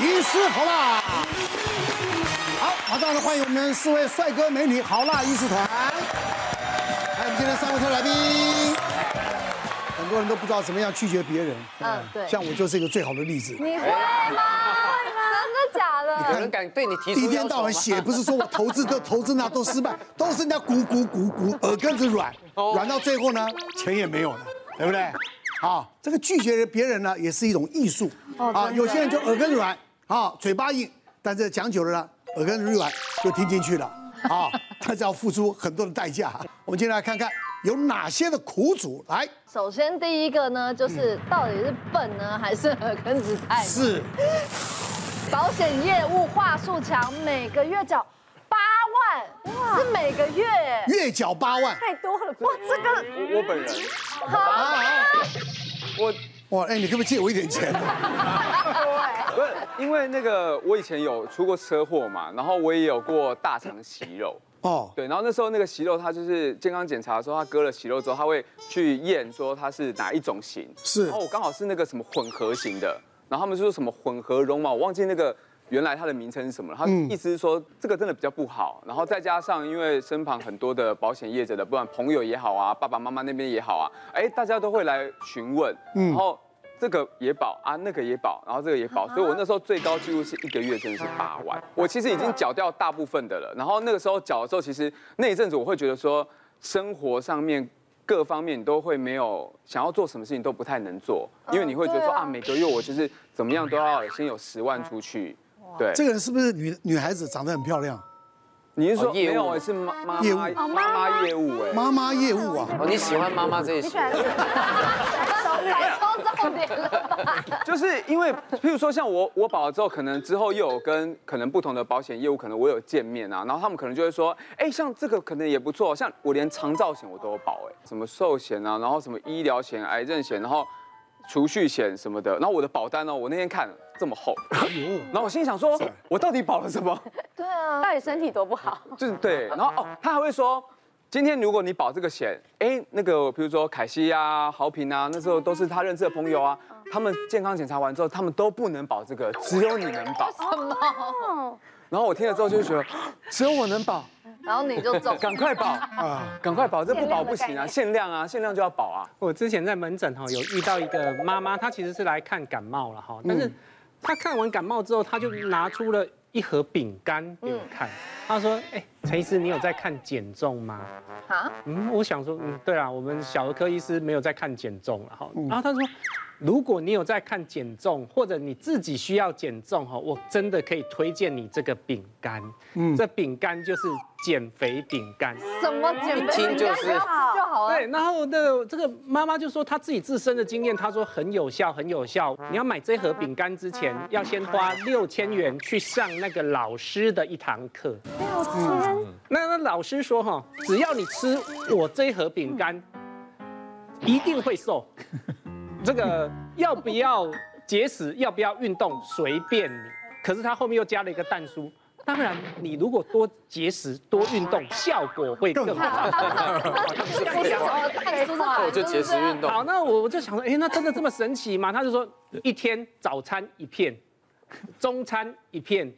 于是好辣。好，马上来欢迎我们四位帅哥美女好辣医师团，还有我们今天三位特来宾。很多人都不知道怎么样拒绝别人，嗯对像我就是一个最好的例子。你会吗？会吗？真的假的？有人敢对你提出一天要求到晚吗 写，不是说我投资这投资那都失败，都是人家鼓鼓鼓鼓，耳根子软，哦软到最后呢，钱也没有了，对不对？啊，这个拒绝别人呢，也是一种艺术哦啊。真的有些人就耳根软啊，嘴巴硬，但是讲久了呢，耳根软就听进去了啊，但是要付出很多的代价。我们今天来看看有哪些的苦主来首先第一个呢，就是到底是笨呢，还是耳根子太软？是保险业务话术强，每个月缴八万，是每个月耶，月缴八万，太多了吧。哇，这个我我本人，好我啊哇，哎，你可不可以借我一点钱？不是因为那个我以前有出过车祸嘛，然后我也有过大肠息肉。哦，对，然后那时候那个息肉，它就是健康检查的时候，它割了息肉之后，它会去验说它是哪一种型。是然后我哦刚好是那个什么混合型的，然后他们就说什么混合绒毛，我忘记那个原来它的名称是什么了。他意思是说这个真的比较不好，然后再加上因为身旁很多的保险业者的，不管朋友也好啊，爸爸妈妈那边也好啊，哎，大家都会来询问，然后。这个也保啊，那个也保，然后这个也保，所以我那时候最高记录是一个月真的是八万。我其实已经缴掉大部分的了，然后那个时候缴的时候，其实那一阵子我会觉得说，生活上面各方面你都会没有想要做什么事情都不太能做，因为你会觉得说对啊啊，每个月我就是怎么样都要先有十万出去。对，这个人是不是女女孩子长得很漂亮？你是说哦业务没有哎，是妈妈业务哦妈妈业务哎，妈妈业务啊，哦，你喜欢妈妈这一型？来说重点了 吧？就是因为，譬如说像我我保了之后，可能之后又有跟可能不同的保险业务，可能我有见面啊，然后他们可能就会说，哎，像这个可能也不错，像我连长照险我都有保，哎，什么寿险啊，然后什么医疗险、癌症险，然后储蓄险什么的，然后我的保单呢，我那天看这么厚，然后我心里想说，我到底保了什么？对啊，到底身体多不好？就是对，然后哦，他还会说，今天如果你保这个险，哎，那个比如说凯西啊、豪平啊，那时候都是他认识的朋友啊，他们健康检查完之后，他们都不能保这个，只有你能保。哦然后我听了之后就觉得， 只有我能保，然后你 就中，赶快保啊啊，赶快保，这不保不行啊，限量啊，限量就要保啊。我之前在门诊哈有遇到一个妈妈，她其实是来看感冒了哈，但是她看完感冒之后，她就拿出了一盒饼干给我看，她说：“哎、陈医师，你有在看减重吗？”啊，嗯，我想说，嗯，对啊，我们小儿科医师没有在看减重了哈。然后她说，如果你有在看减重，或者你自己需要减重哈，我真的可以推荐你这个饼干。嗯，这饼干就是减肥饼干。什么减肥一听就是就好了。对，然后那个这个妈妈就说她自己自身的经验，她说很有效，很有效。你要买这盒饼干之前，要先花六千元去上那个老师的一堂课。那那老师说哈，只要你吃我这一盒饼干，一定会瘦。这个要不要节食，要不要运动，随便你。可是他后面又加了一个蛋叔。当然，你如果多节食、多运动，效果会更 好。这不是什么太出那我就节食运动。好，那我我就想说，哎、那真的这么神奇吗？他就说，一天早餐一片， 中餐一片，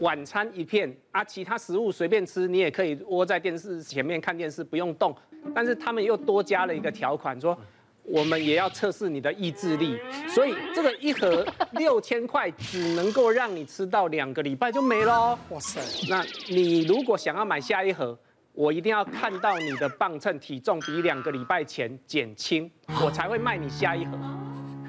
晚餐一片啊，其他食物随便吃，你也可以窝在电视前面看电视，不用动。但是他们又多加了一个条款说。我们也要测试你的意志力，所以这个一盒六千块只能够让你吃到两个礼拜就没哦喽。哇塞，那你如果想要买下一盒，我一定要看到你的磅秤体重比两个礼拜前减轻，我才会卖你下一盒。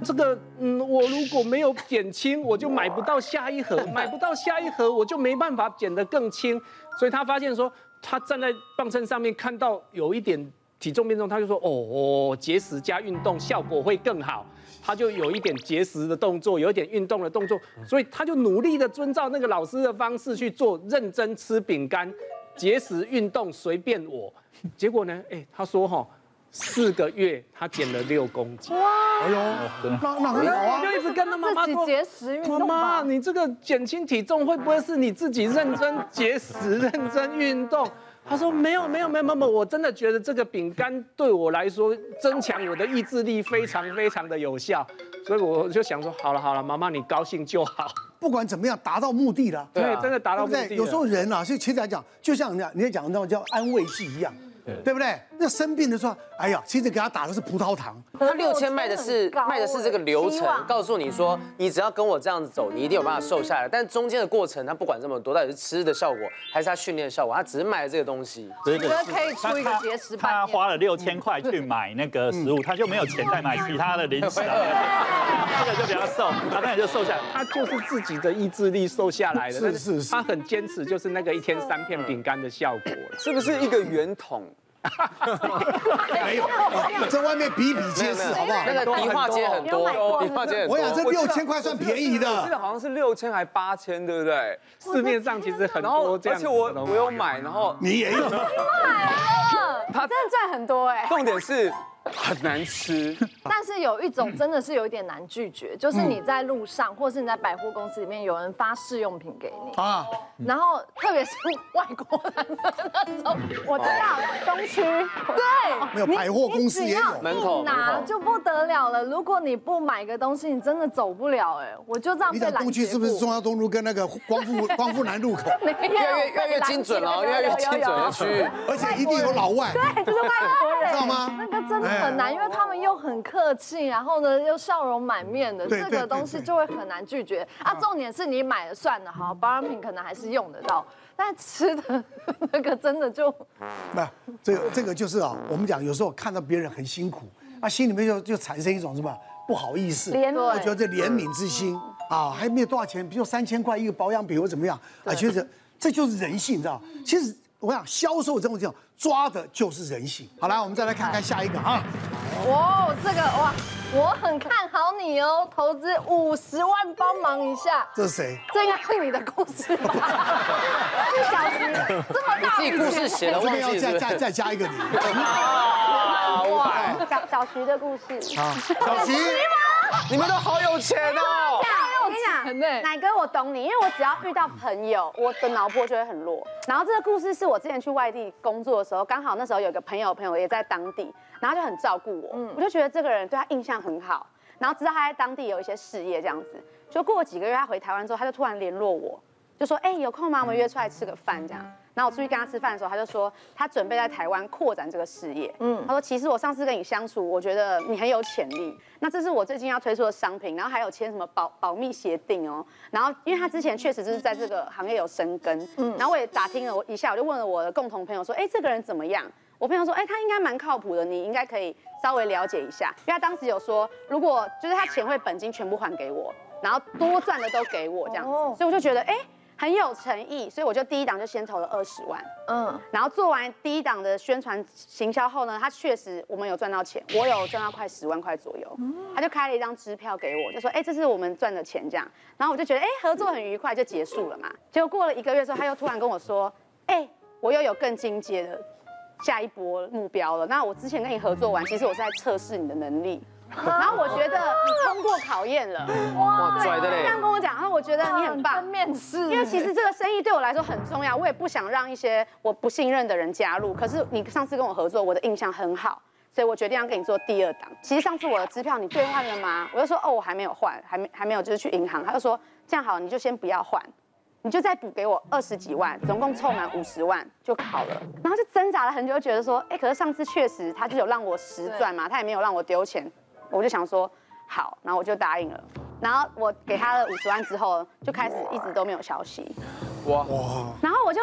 这个，嗯，我如果没有减轻，我就买不到下一盒，买不到下一盒，我就没办法减得更轻。所以他发现说，他站在磅秤上面看到有一点体重变重，他就说，哦哦，节食加运动效果会更好。他就有一点节食的动作，有一点运动的动作，所以他就努力的遵照那个老师的方式去做，认真吃饼干，节食运动随便我。结果呢，哎，他说哈、四个月他减了六公斤。哎呦，哦那那很好我啊，就一直跟他妈妈自己说。节食运哎妈动妈，吧。你这个减轻体重会不会是你自己认真节食、认真运动？他说没有没有没有没有，我真的觉得这个饼干对我来说增强我的意志力非常非常的有效，所以我就想说好了好了，妈妈你高兴就好。不管怎么样达到目的了。对啊真的达对到不目的对？了。有时候人啊，所以其实来讲，就像你讲你也讲那种叫安慰剂一样，对不对？那生病的时候，哎呀，其实给他打的是葡萄糖，他六千卖的是很高卖的是这个哎流希程，望告诉你说你只要跟我这样子走，你一定有办法瘦下来。但中间的过程，他不管这么多，到底是吃的效果还是他训练的效果，他只是卖了这个东西。对我觉得可以出一个节食嗯他半他年。花了六千块去买那个食物，他就没有钱再买其他的零食了。这个就比较瘦， 他当然就瘦下来。他就是自己的意志力瘦下来的，是但是是他很坚持，就是那个一天三片饼干的效果了。是不是一个圆筒？没有，在外面比比皆是，好不好那？个迪化街很多，迪化街很我想这多。六千块算便宜我记的，得好像是六千还八千，对不对？市面上其实很然后多这而样子且的我东西，我有买，然后你也有， 他真的赚很多欸哎。重点是很难吃，但是有一种真的是有一点难拒绝，就是你嗯在路上，或是你在百货公司里面，有人发试用品给你啊啊，然后特别是外国人的那种，我知道东区，对，没有你百货公司你只也有要门口一拿门口就不得了了。如果你不买个东西，你真的走不了哎，我就这样你被讲拦东区截是不是过中央东路跟那个光复光复南路口，没有越来越越来 越被拦精准截了，有哦越来越有精有准的有区域。而且一定有老外，对，就是外国人， 知道吗哎那个真的很难，因为他们又很客气，然后呢又笑容满面的，对这对个对东西对就会很难拒绝啊。重点是你买了算了，好，保养品可能还是用得到，但吃的 那个真的就那这个这个就是啊，我们讲有时候看到别人很辛苦，啊，心里面就就产生一种什么不好意思，怜悯嗯我觉得怜悯之心啊，还没有多少钱，比如三千块一个保养品或怎么样，啊，觉得这就是人性，你知道吗？其实我想销售这种这种抓的就是人性。好来，我们再来看看下一个啊，哇，这个哇，我很看好你哦，投资五十万帮忙一下。这是谁？这应该是你的故事吧？一小时这么你大自己故事写的这 忘边要记是再不再是？再加一个你啊哇，小小徐的故事。啊，小徐，你们都好有钱哦！我跟你讲，奶哥，我懂你，因为我只要遇到朋友，我的脑波就会很弱。然后这个故事是我之前去外地工作的时候，刚好那时候有个朋友，朋友也在当地，然后就很照顾我，我就觉得这个人对他印象很好，然后知道他在当地有一些事业这样子。就过了几个月，他回台湾之后，他就突然联络我，就说：“哎、有空吗？我们约出来吃个饭这样。”然后我出去跟他吃饭的时候，他就说他准备在台湾扩展这个事业。嗯，他说其实我上次跟你相处，我觉得你很有潜力。那这是我最近要推出的商品，然后还有签什么保保密协定哦。然后因为他之前确实就是在这个行业有深耕，嗯，然后我也打听了我一下，我就问了我的共同朋友说，哎，这个人怎么样？我朋友说，哎、他应该蛮靠谱的，你应该可以稍微了解一下，因为他当时有说，如果就是他钱会本金全部还给我，然后多赚的都给我这样子，哦所以我就觉得，哎、很有诚意，所以我就第一档就先投了二十万，嗯，然后做完第一档的宣传行销后呢，他确实我们有赚到钱，我有赚到快十万块左右，他就开了一张支票给我，就说，哎、这是我们赚的钱这样，然后我就觉得，哎、合作很愉快，就结束了嘛。结果过了一个月之后，他又突然跟我说，哎、我又有更进阶的下一波目标了。那我之前跟你合作完，其实我是在测试你的能力，然后我觉得你通过考验了，哇， 拽的这嘞！样跟我讲，然后我觉得你很棒跟。面试，因为其实这个生意对我来说很重要，我也不想让一些我不信任的人加入。可是你上次跟我合作，我的印象很好，所以我决定要跟你做第二档。其实上次我的支票你兑换了吗？我就说哦，我还没有换，还没还没有，就是去银行。他就说这样好，你就先不要换，你就再补给我二十几万，总共凑满五十万就好了。然后就挣扎了很久，觉得说，哎，可是上次确实他就有让我实赚嘛，他也没有让我丢钱，我就想说好，然后我就答应了。然后我给他了五十万之后，就开始一直都没有消息。哇，然后我就，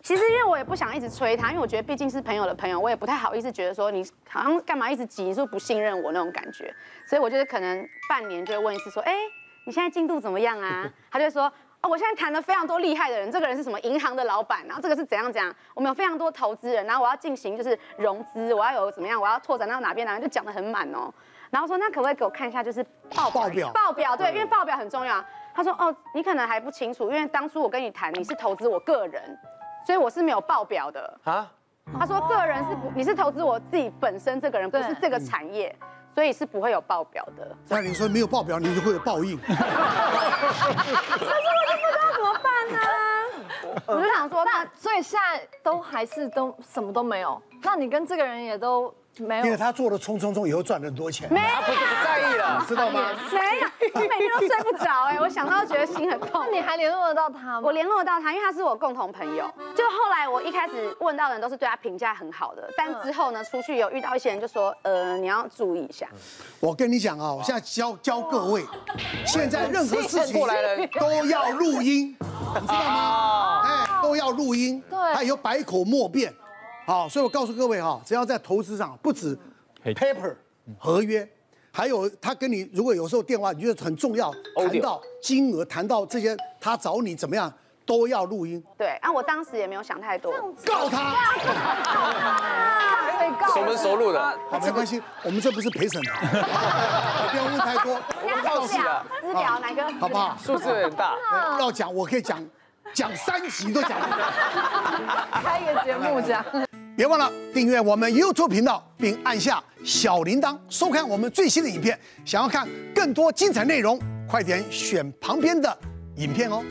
其实因为我也不想一直催他，因为我觉得毕竟是朋友的朋友，我也不太好意思觉得说你好像干嘛一直急，你是不是不信任我那种感觉，所以我就是可能半年就会问一次说，哎，你现在进度怎么样啊？他就会说。哦，我现在谈了非常多厉害的人，这个人是什么银行的老板，啊然后这个是怎样怎样，我们有非常多投资人，然后我要进行就是融资，我要有怎么样，我要拓展到哪边哪边，就讲得很满哦。然后说那可不可以给我看一下就是报报表嗯报表，对，因为报表很重要。他说哦，你可能还不清楚，因为当初我跟你谈你是投资我个人，所以我是没有报表的。啊，他说个人是不，哦你是投资我自己本身这个人，不对是这个产业，嗯所以是不会有报表的。那你说没有报表，你就会有报应。那怎么办呢？呃我就想说，那那所以现在都还是都什么都没有，那你跟这个人也都没有因为他做的匆匆匆，以后赚了很多钱，没有他不不在 意了，知道吗？没有，我每天都睡不着哎，我想到觉得心很痛那。你还联络得到他吗？我联络到他，因为他是我共同朋友。就后来我一开始问到的人都是对他评价很好的，但之后呢，出去有遇到一些人就说，呃，你要注意一下。我跟你讲啊，我现在教教各位，现在任何事情过来人都要录音，你知道吗？哎，都要录音，对还有百口莫辩。好，所以我告诉各位哈，只要在投资上，不止可以 paper 合约，还有他跟你如果有时候电话你觉得很重要， Audio 谈到金额，谈到这些，他找你怎么样，都要录音，对，啊，我当时也没有想太多。告他，被告熟门熟路的，好，没关系，我们这不是陪审团， 不要问太多，人家啊告私诉你聊啊了，私聊哪个？好不好？数字很大。要讲我可以讲，讲三集都讲不完。开一个节目这样。别忘了订阅我们 YouTube 频道，并按下小铃铛，收看我们最新的影片。想要看更多精彩内容，快点选旁边的影片哦。